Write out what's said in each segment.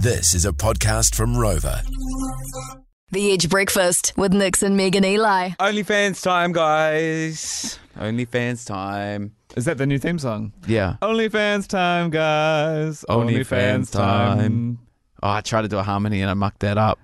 This is a podcast from Rover. The Edge Breakfast with Nix and Megan Eli. OnlyFans time, guys. OnlyFans time. Is that the new theme song? Yeah. OnlyFans time, guys. OnlyFans time. Oh, I tried to do a harmony and I mucked that up.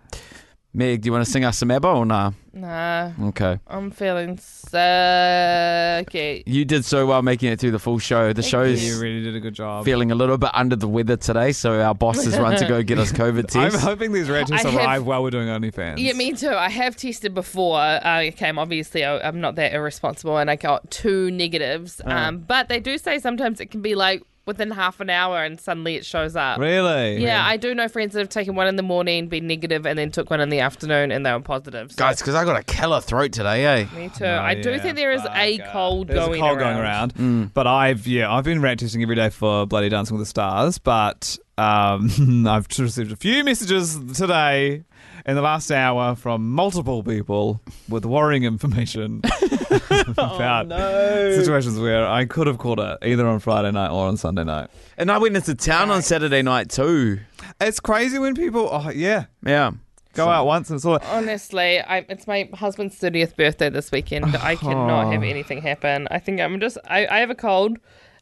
Meg, do you want to sing us some ABBA or nah? Nah, Mm. Okay. I'm feeling sucky. You did so well making it through the full show. The Thank You show's really did a good job. feeling a little bit under the weather today, so our boss has run to go get us COVID I'm tests. hoping these ratings I have- arrive while we're doing OnlyFans. Yeah, me too. I have tested before I came. Obviously, I- I'm not that irresponsible, and I got two negatives. Ah. Um, but they do say sometimes it can be like within half an hour, and suddenly it shows up. Really? Yeah, I do know friends that have taken one in the morning, been negative, and then took one in the afternoon, and they were positive. So Guys, because I got a killer throat today, eh? me too. Oh, I do yeah, think there is a bugger. cold There's going a cold around. going around. But I've yeah, I've been rat testing every day for bloody Dancing with the Stars, but um, I've just received a few messages today in the last hour from multiple people with worrying information Oh, about situations where I could have caught it either on Friday night or on Sunday night. And I went into town on Saturday night too. It's crazy when people oh yeah, Yeah. go out once and it's all Honestly, I, it's my husband's 30th birthday this weekend. Oh. I cannot have anything happen. I think I'm just, I, I have a cold,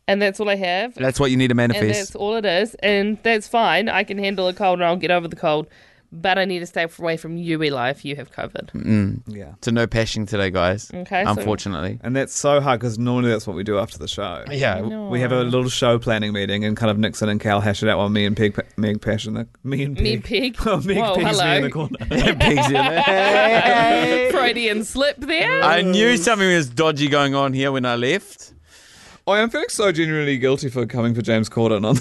and that's all I have. That's what you need to and that's manifest. all it is. And that's fine. I can handle a cold and I'll get over the cold. But I need to stay away from you, Eli, if you have Mm, COVID. yeah. Mm. So no pashing today, guys. Okay, so- Unfortunately. And that's so hard because normally that's what we do after the show. Yeah. We have a little show planning meeting, and kind of Nixon and Cal hash it out while me and Peg, Meg Passion, me and Peg, Me and Peg? oh, Meg Whoa, Peg's me hello. in the corner. Pigs in there. Freudian slip there. I knew something was dodgy going on here when I left. I am Oh, feeling so genuinely guilty for coming for James Corden on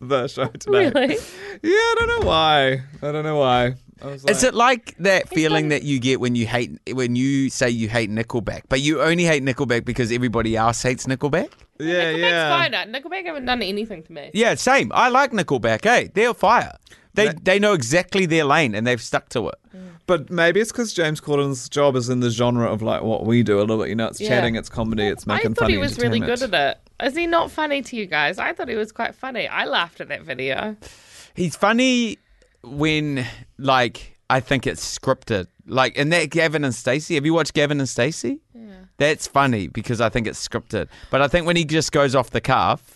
the show today. really? Yeah, I don't know why. I don't know why. I was like, Is it like that feeling that you get when you hate when you say you hate Nickelback, but you only hate Nickelback because everybody else hates Nickelback? yeah, Nickelback's yeah. fine. Nickelback haven't done anything to me. Yeah, same. I like Nickelback. Hey, they're fire. They That- they know exactly their lane and they've stuck to it. But maybe it's because James Corden's job is in the genre of like what we do a little bit. You know, it's Yeah. chatting, it's comedy, it's I making thought funny he was really good entertainment. at it. Is he not funny to you guys? I thought he was quite funny. I laughed at that video. He's funny when like I think it's scripted. Like in that Gavin and Stacey. Have you watched Gavin and Stacey? Yeah. That's funny because I think it's scripted. But I think when he just goes off the cuff,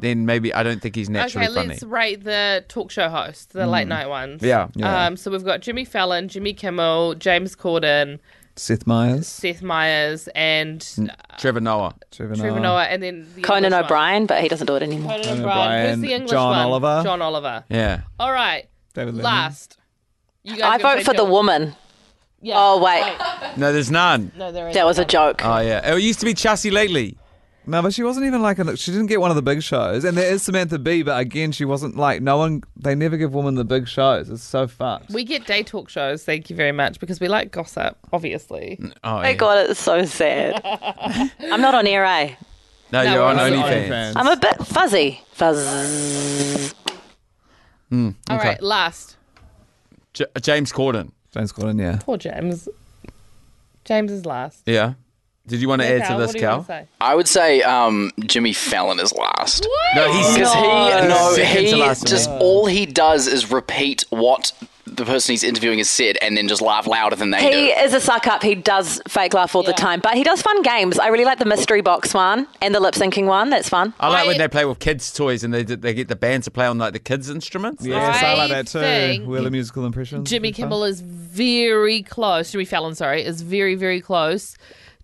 then maybe I don't think he's naturally Hmm. okay, funny. let's rate the talk show hosts, the late night ones. Yeah. Um, so we've got Jimmy Fallon, Jimmy Kimmel, James Corden, Seth Meyers, Seth Meyers, and Trevor Noah. Trevor Trevor Noah. Noah, and then the Conan English one. O'Brien, but he doesn't do it anymore. Conan uh, Conan O'Brien. Who's O'Brien, the English John one? Oliver. John Oliver. Yeah. All right. David Letterman. Last. You I guys gotta vote say for the John. woman. Yeah. Oh, wait, No, there's none. No, there is. that was a joke. Oh yeah. It used to be Chelsea lately. No, but she wasn't even like a, she didn't get one of the big shows. And there is Samantha Bee, but again, she wasn't like no one. They never give women the big shows. It's so fucked. We get day talk shows, thank you very much, because we like gossip, obviously. Oh, Oh, yeah. God, it's so sad. I'm not on air, eh? No, No, you're on we're on OnlyFans. OnlyFans. I'm a bit fuzzy. Fuzz. All right, last. J- James Corden. James Corden, yeah. Poor James. James is last. Yeah. Did you want to add Cal, to what this, do you wanna Cal? say? I would say um, Jimmy Fallon is last. No, he's Because he, no, Second he to last. just all he does is repeat what the person he's interviewing has said, and then just laugh louder than they He do. is a suck up. He does fake laugh all the Yeah. time, but he does fun games. I really like the mystery box one and the lip syncing one. That's fun. I like when I- they play with kids' toys and they d- they get the band to play on like the kids' instruments. Yes, I, like I that too. think Wheel of musical impressions. Jimmy Kimmel is very close. Jimmy Fallon, sorry, is very very close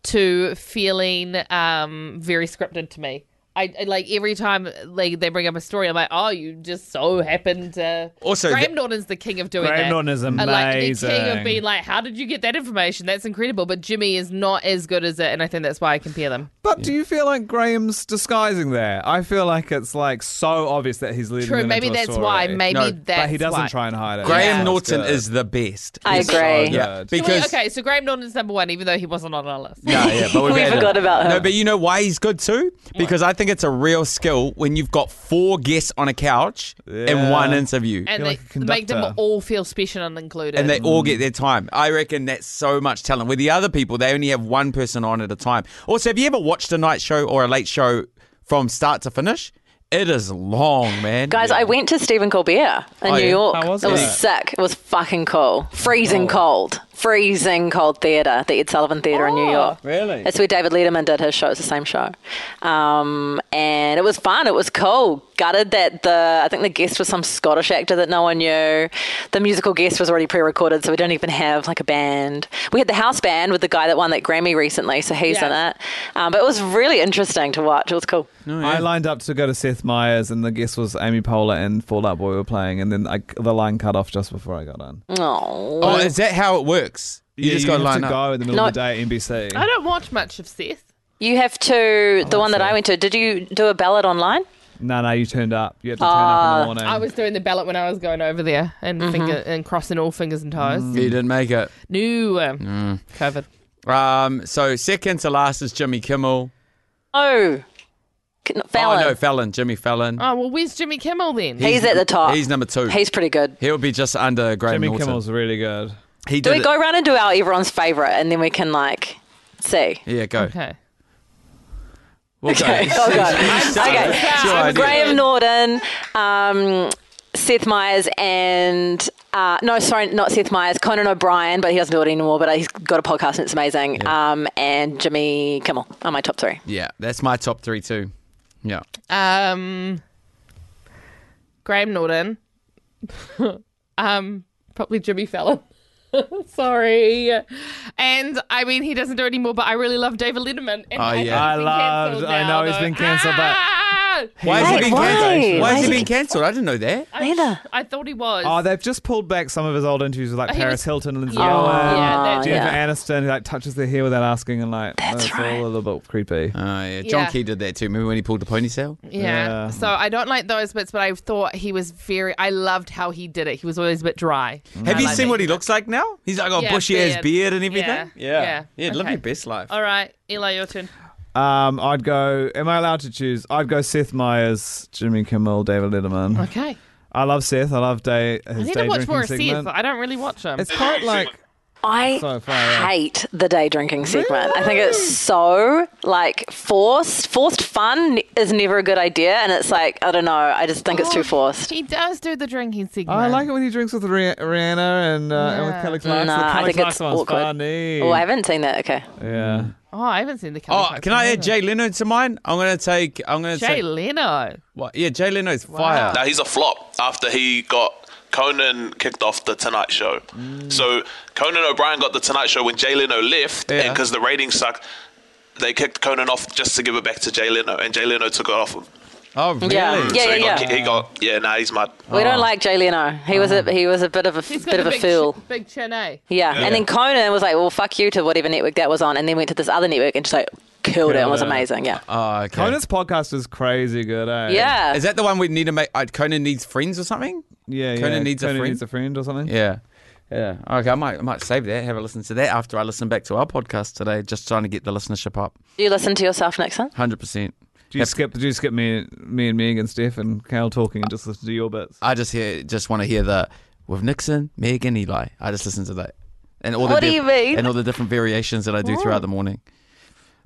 to feeling um, very scripted to me. I, I- like every time like they bring up a story, I'm like, oh, you just so happened to. Also, Graham the- Norton's the king of doing Graham that. Norton is And, like, the king amazing. of being like, how did you get that information? That's incredible. But Jimmy is not as good as it, and I think that's why I compare them. But do you feel like Graham's disguising there? I feel like it's like so obvious that he's leading. True, them maybe into a that's story. why. Maybe No, but that's but he doesn't why. try and hide it. Graham Yeah. Norton Good. is the best. I He's so agree. good. yeah, So wait, because okay, so Graham Norton's number one, even though he wasn't on our list. No, yeah, but we've We had forgot him. about him. No, but you know why he's good too? Because I think it's a real skill when you've got four guests on a couch in Yeah. one interview. and You're they like a make them conductor. all feel special and included. and they Mm. all get their time. I reckon that's so much talent. With the other people, they only have one person on at a time. Also, have you ever watched a night show or a late show from start to finish? It is long, man. Guys, I went to Stephen Colbert in Oh, New yeah? Oh. York. How was it it? was sick. It was fucking cool. Freezing cold. Freezing cold theatre, the Ed Sullivan Theatre in New York. Really? It's where David Letterman did his show. It's the same show. Um, and it was fun. It was cool. Gutted that the, I think the guest was some Scottish actor that no one knew. The musical guest was already pre recorded, so we don't even have like a band. We had the house band with the guy that won that Grammy recently, so he's Yeah. in it. Um, but it was really interesting to watch. It was cool. I lined up to go to Seth Meyers, and the guest was Amy Poehler and Fall Out Boy were playing, and then I, the line cut off just before I got on. Oh. Oh, is that how it works? You Yeah, just got to have line to up. go in the middle No. of the day at NBC. I don't watch much of Seth. You have to the one that I went to. Did you do a ballot online? No, no, you turned up. You had to turn up in the morning. Ah, I was doing the ballot when I was going over there and Mm-hmm. finger and crossing all fingers and toes. Mm. You didn't make it. Mm. No, um, COVID. Um, so second to last is Jimmy Kimmel. Oh, C- Fallon. Oh no, Fallon. Jimmy Fallon. Oh well, where's Jimmy Kimmel then? he's, at the top. He's number two. He's pretty good. He'll be just under Graham Jimmy Norton. Kimmel's really good. He Do did we it- go around and do our everyone's favorite, and then we can like see? Yeah, go. okay. We'll Okay. go. Oh god. okay. Sure idea. Graham Norton, um, Seth Meyers, and uh, no, sorry, not Seth Meyers. Conan O'Brien, but he doesn't do it anymore. But he's got a podcast and it's amazing. Um, and Jimmy Kimmel are my top three. Yeah, that's my top three too. Yeah. Um, Graham Norton. um, probably Jimmy Fallon. Sorry. And I mean, he doesn't do it anymore, but I really love David Letterman. And Oh, I think yeah. he's I been loved- cancelled I now, know he's though. been cancelled, but- Ah! Why has he Wait, been why? cancelled? Why Why has he is been he- cancelled? I didn't know that. Neither. I thought he was. Oh, they've just pulled back some of his old interviews with like He Paris was- Hilton, Lindsay Yeah. Lohan, Yeah, Oh, that's- Jennifer yeah. Aniston, who like touches their hair without asking, and like that's, right. all a little bit creepy. Oh yeah, John Yeah. Key did that too. Remember when he pulled the ponytail? yeah. Yeah. So I don't like those bits, but I thought he was very. I loved how he did it. He was always a bit dry. Mm. Have you seen what he looks like now? He's like got Yeah, bushy ass beard. beard and everything. Yeah, yeah. yeah. live Okay. your best life. All right, Eli, your turn. Um, I'd go. Am I allowed to choose? I'd go Seth Meyers, Jimmy Kimmel, David Letterman. Okay. I love Seth. I love day. His I need day to watch drinking more of Seth. segment. I don't really watch him. It's quite like I So far, yeah. hate the day drinking segment. I think it's so like forced. Forced fun is never a good idea, and it's like I don't know. I just think it's too forced. He does do the Oh, drinking segment. I like it when he drinks with Rih- Rihanna and, uh, and with Yeah. Kelly Clarkson. Nah, the I Kelly think it's Clarkson one's awkward. funny. Oh, I haven't seen that. Okay, yeah. Mm. Oh, I haven't seen the. Kelly Oh, Clarkson can I add either. Jay Leno to mine? I'm gonna take. I'm gonna Jay take. Leno. What? Yeah, Jay Leno's fire. Now he's a flop after he got Conan kicked off the Tonight Show. So Conan O'Brien got the Tonight Show when Jay Leno left, Yeah. and because the ratings sucked, they kicked Conan off just to give it back to Jay Leno, and Jay Leno took it off him. Oh really? Yeah. Yeah. so he, got, he got yeah. Now nah, he's mad. Oh. we don't like Jay Leno. He was a he was a bit of a He's got bit the of a big, fool. ch- big chin, eh? yeah. and then Conan was like, "Well, fuck you" to whatever network that was on, and then went to this other network and just like killed it. and was it. amazing. Yeah, Oh, okay. Conan's podcast is crazy good, eh? yeah. Is that the one we need to make? Uh, Conan needs friends or something? Yeah, yeah. Conan needs a Conan friend? needs a friend or something. Yeah. Yeah. Okay, I might I might save that, have a listen to that after I listen back to our podcast today, just trying to get the listenership up. Do you listen to yourself, Nixon? Hundred percent. Do you skip? Do you skip me, me and Meg and Steph and Kale talking and just listen to your bits? Uh, I just hear just want to hear the with Nixon, Meg and Eli. I just listen to that. And all the What do you mean? And all the different variations that I do throughout the morning.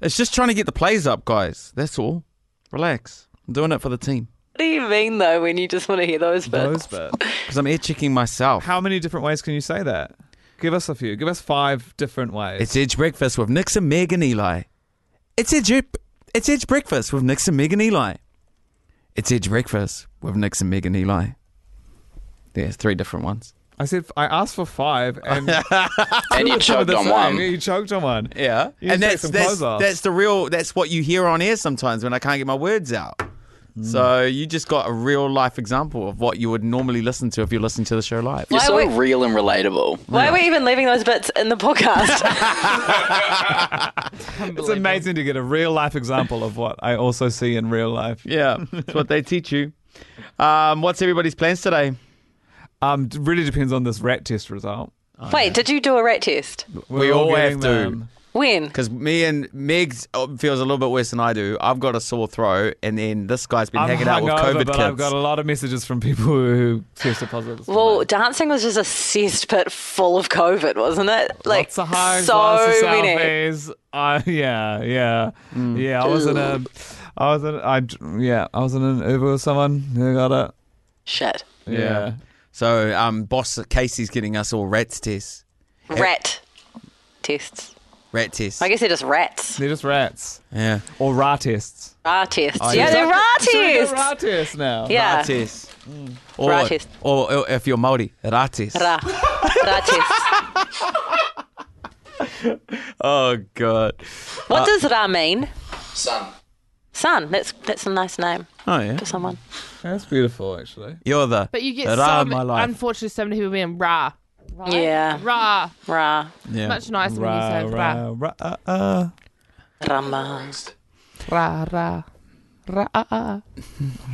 It's just trying to get the plays up, guys. That's all. Relax. I'm doing it for the team. What do you mean though? When you just want to hear those bits? Those bits. Because I'm air checking myself. How many different ways can you say that? Give us a few. Give us five different ways. It's Edge Breakfast with Nixon, Meg, and Eli. It's Edge. It's Edge Breakfast with Nixon, Meg, and Eli. It's Edge Breakfast with Nixon, Meg, and Eli. There's three different ones. I said I asked for five, and And you some of chugged the on same. one. Yeah, You choked on one. Yeah, You and take that's some that's, clothes off. that's the real. That's what you hear on air sometimes when I can't get my words out. So you just got a real life example of what you would normally listen to if you're listening to the show live. You're Why so we- real and relatable. Why are we even leaving those bits in the podcast? It's amazing to get a real life example of what I also see in real life. Yeah, that's what they teach you. Um, what's everybody's plans today? Um, d- really depends on this rat test result. Wait, did you do a rat test? We're We all getting um, have to. them. When? Because me and Meg uh, feels a little bit worse than I do. I've got a sore throat, and then this guy's been I'm hanging out with hungover, COVID but kids. I've got a lot of messages from people who tested positive. Well, dancing was just a cesspit full of COVID, wasn't it? Like Lots of hugs, so lots of many. Mm. selfies. Uh, yeah, yeah, yeah. I was in a, I was in, I yeah, I was in an Uber with someone who got it. Shit. Yeah. So, um, boss Casey's getting us all rats tests. Rat tests. Rat tests. I guess they're just rats. They're just rats yeah. or rat tests. Ra tests. Oh, yeah, yeah. they're ra tests. Rat tests now. yeah. Rat Mm. tests. Or, Rat test. or, or if you're Maori, rat test. Ra. Ra tests. Oh god. What Uh, does ra mean? Son. Son. That's that's a nice name Oh yeah. for someone. That's beautiful, actually. You're the But you get the so ra of m- my life. unfortunately so many people being rah. Right? Yeah. Rah. Ra. yeah. Much nicer Ra, when you say rah. ra, ra, uh, uh. Rama. Rah, rah. Rah, ah, ah.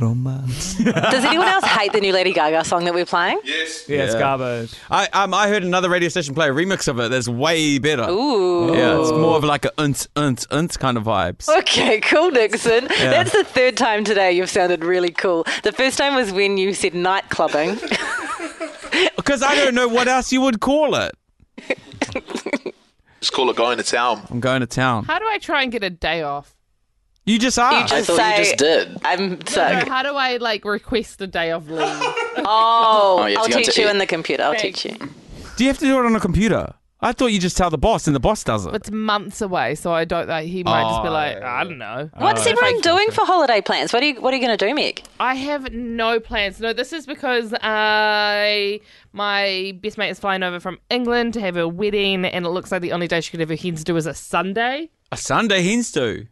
Romance. Does anyone else hate the new Lady Gaga song that we're playing? Yes. Yeah, it's garbage. I um I heard another radio station play a remix of it. That's way better. Ooh. Yeah, it's more of like a unts unts unts kind of vibes. Okay, cool, Nixon. That's the third time today you've sounded really cool. The first time was when you said night clubbing. Because I don't know what else you would call it. Just call it going to town. I'm going to town. How do I try and get a day off? You just are. just- I thought Say- you just did. I'm No, sick. how do I like request a day off leave? Oh, you have I'll to go teach to E. you eat. in the computer. I'll teach you. do you have to do it on a computer? I thought you just tell the boss and the boss does it. it's months away, so I don't like he might Oh, just be like, I don't know. Oh, What's everyone doing for holiday plans? What are you What are you going to do, Meg? I have no plans. No, this is because I my best mate is flying over from England to have her wedding, and it looks like the only day she could have her hens do is a Sunday. A Sunday hens do.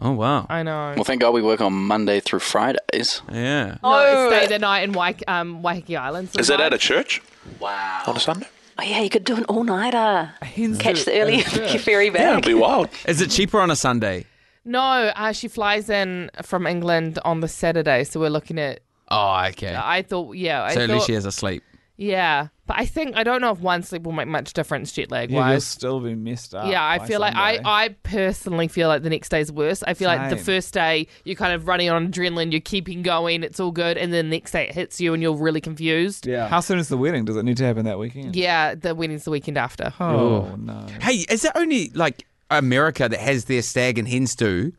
Oh wow. I know. Well, thank God we work on Monday through Fridays. Yeah. No, stay the night in Waik- um, Waikiki Island. Oh. Is that at sometimes. a church? Wow. On a Sunday? Oh yeah, you could do an all nighter. Hens do- Catch the early uh, yeah. ferry That'd back. be wild. Is it cheaper on a Sunday? No, uh, she flies in from England on the Saturday, so we're looking at. Oh, okay. I thought, yeah, I so at least thought- she has a sleep. yeah, but I think I don't know if one sleep will make much difference jet lag Yeah, you'll wise. still be messed up. Yeah, I by feel like Sunday. I, I personally feel like the next day's worse. I feel like the Same. first day you're kind of running on adrenaline, you're keeping going, it's all good, and then the next day it hits you and you're really confused. Yeah. How soon is the wedding? Does it need to happen that weekend? Yeah, the wedding's the weekend after. Oh no. Hey, is it only like America that has their stag and hens do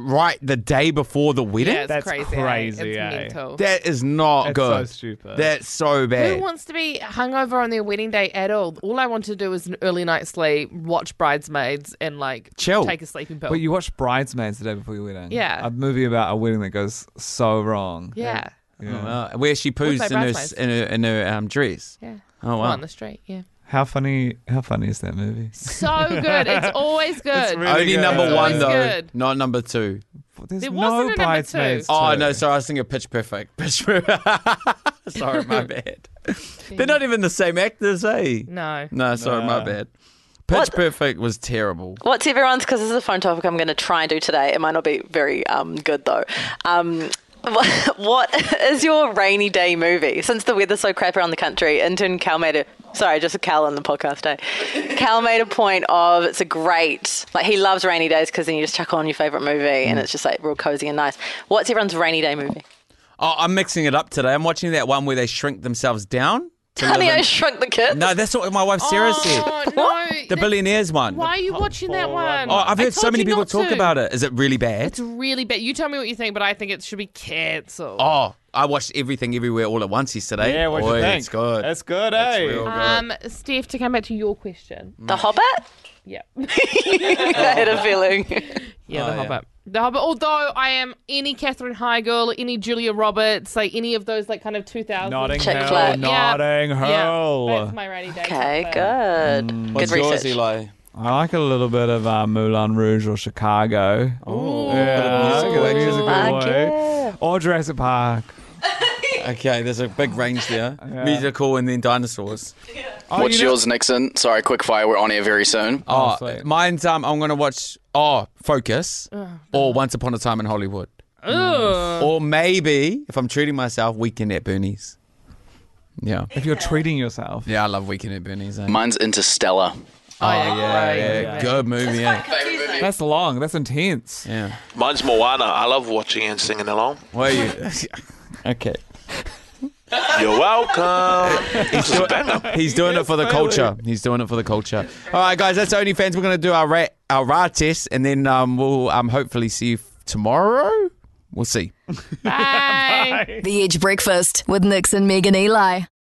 right the day before the wedding? Yeah, it's That's crazy. crazy, eh? It's eh? mental. That is not That's good. so stupid. That's so bad. Who wants to be hungover on their wedding day at all? All I want to do is an early night sleep, watch bridesmaids, and like Chill. take a sleeping pill. But you watched Bridesmaids the day before your wedding. Yeah. A movie about a wedding that goes so wrong. yeah, Oh, wow. where she poos my in her, bridesmaids. in her in her um, dress. yeah. Oh Well, wow. on the street, yeah. How funny how funny is that movie? So good. It's always good. really- Only good. number It's one always though, good. not number two. There's There wasn't a no number Bridesmaids. two. Oh two. no, sorry, I was thinking Pitch Perfect. Pitch Perfect. sorry, my bad. They're not even the same actors, eh? no. No, sorry, my Nah. bad. Pitch Perfect was terrible. What's everyone's? Because this is a phone topic I'm going to try and do today. It might not be very um, good though. Um, what, what is your rainy day movie? Since the weather's so crap around the country, intern Cal made a sorry, just a Cal on the podcast day. Cal made a point of it's a great like he loves rainy days because then you just chuck on your favorite movie and it's just like real cozy and nice. What's everyone's rainy day movie? Oh, I'm mixing it up today. I'm watching that one where they shrink themselves down. To live Honey, I in- shrunk the kids. no, that's what my wife Sarah Oh, said. no. The billionaires one. Why are you watching that one? Oh, I've I heard so told many you people not talk to. about it. Is it really bad? It's really bad. You tell me what you think, but I think it should be cancelled. Oh, I watched everything everywhere all at once yesterday. Yeah, what do Oi, you think? It's good. That's good, eh? real good. um, Steph, to come back to your question. The Hobbit. Yeah. I had a feeling. Yeah, Oh, The yeah. Hobbit. The Hobbit. Although I am any Catherine Heigl, any Julia Roberts, like any of those like kind of 2000s. Notting Chick Hill. flick. Yeah. Notting Hill. Yeah, that's my rainy day. Okay, topic. good. good research. Eli? I like a little bit of uh, Moulin Rouge or Chicago. Oh, yeah, musical good actors. musical Fuck way. yeah. Or Jurassic Park. Okay, there's a big range there. Musical and then dinosaurs. Oh, What's you know- yours, Nixon? Sorry, quick fire. We're on air very soon. Oh, sweet. mine's um, I'm gonna watch oh Focus or Once Upon a Time in Hollywood or maybe if I'm treating myself, Weekend at Bernie's. Yeah, If you're treating yourself. yeah, I love Weekend at Bernie's. eh? Mine's Interstellar. Oh, yeah. yeah, good movie. Yeah. That's long. That's intense. yeah. Mine's Moana. I love watching and singing along. Where are you? okay. You're welcome. This is a banger. He's doing it for the Bailey. culture. He's doing it for the culture. All right, guys, that's OnlyFans. We're going to do our rat, our rat test, and then um, we'll um, hopefully see you f- tomorrow. We'll see. Bye. The Edge Breakfast with Nix and Megan Eli.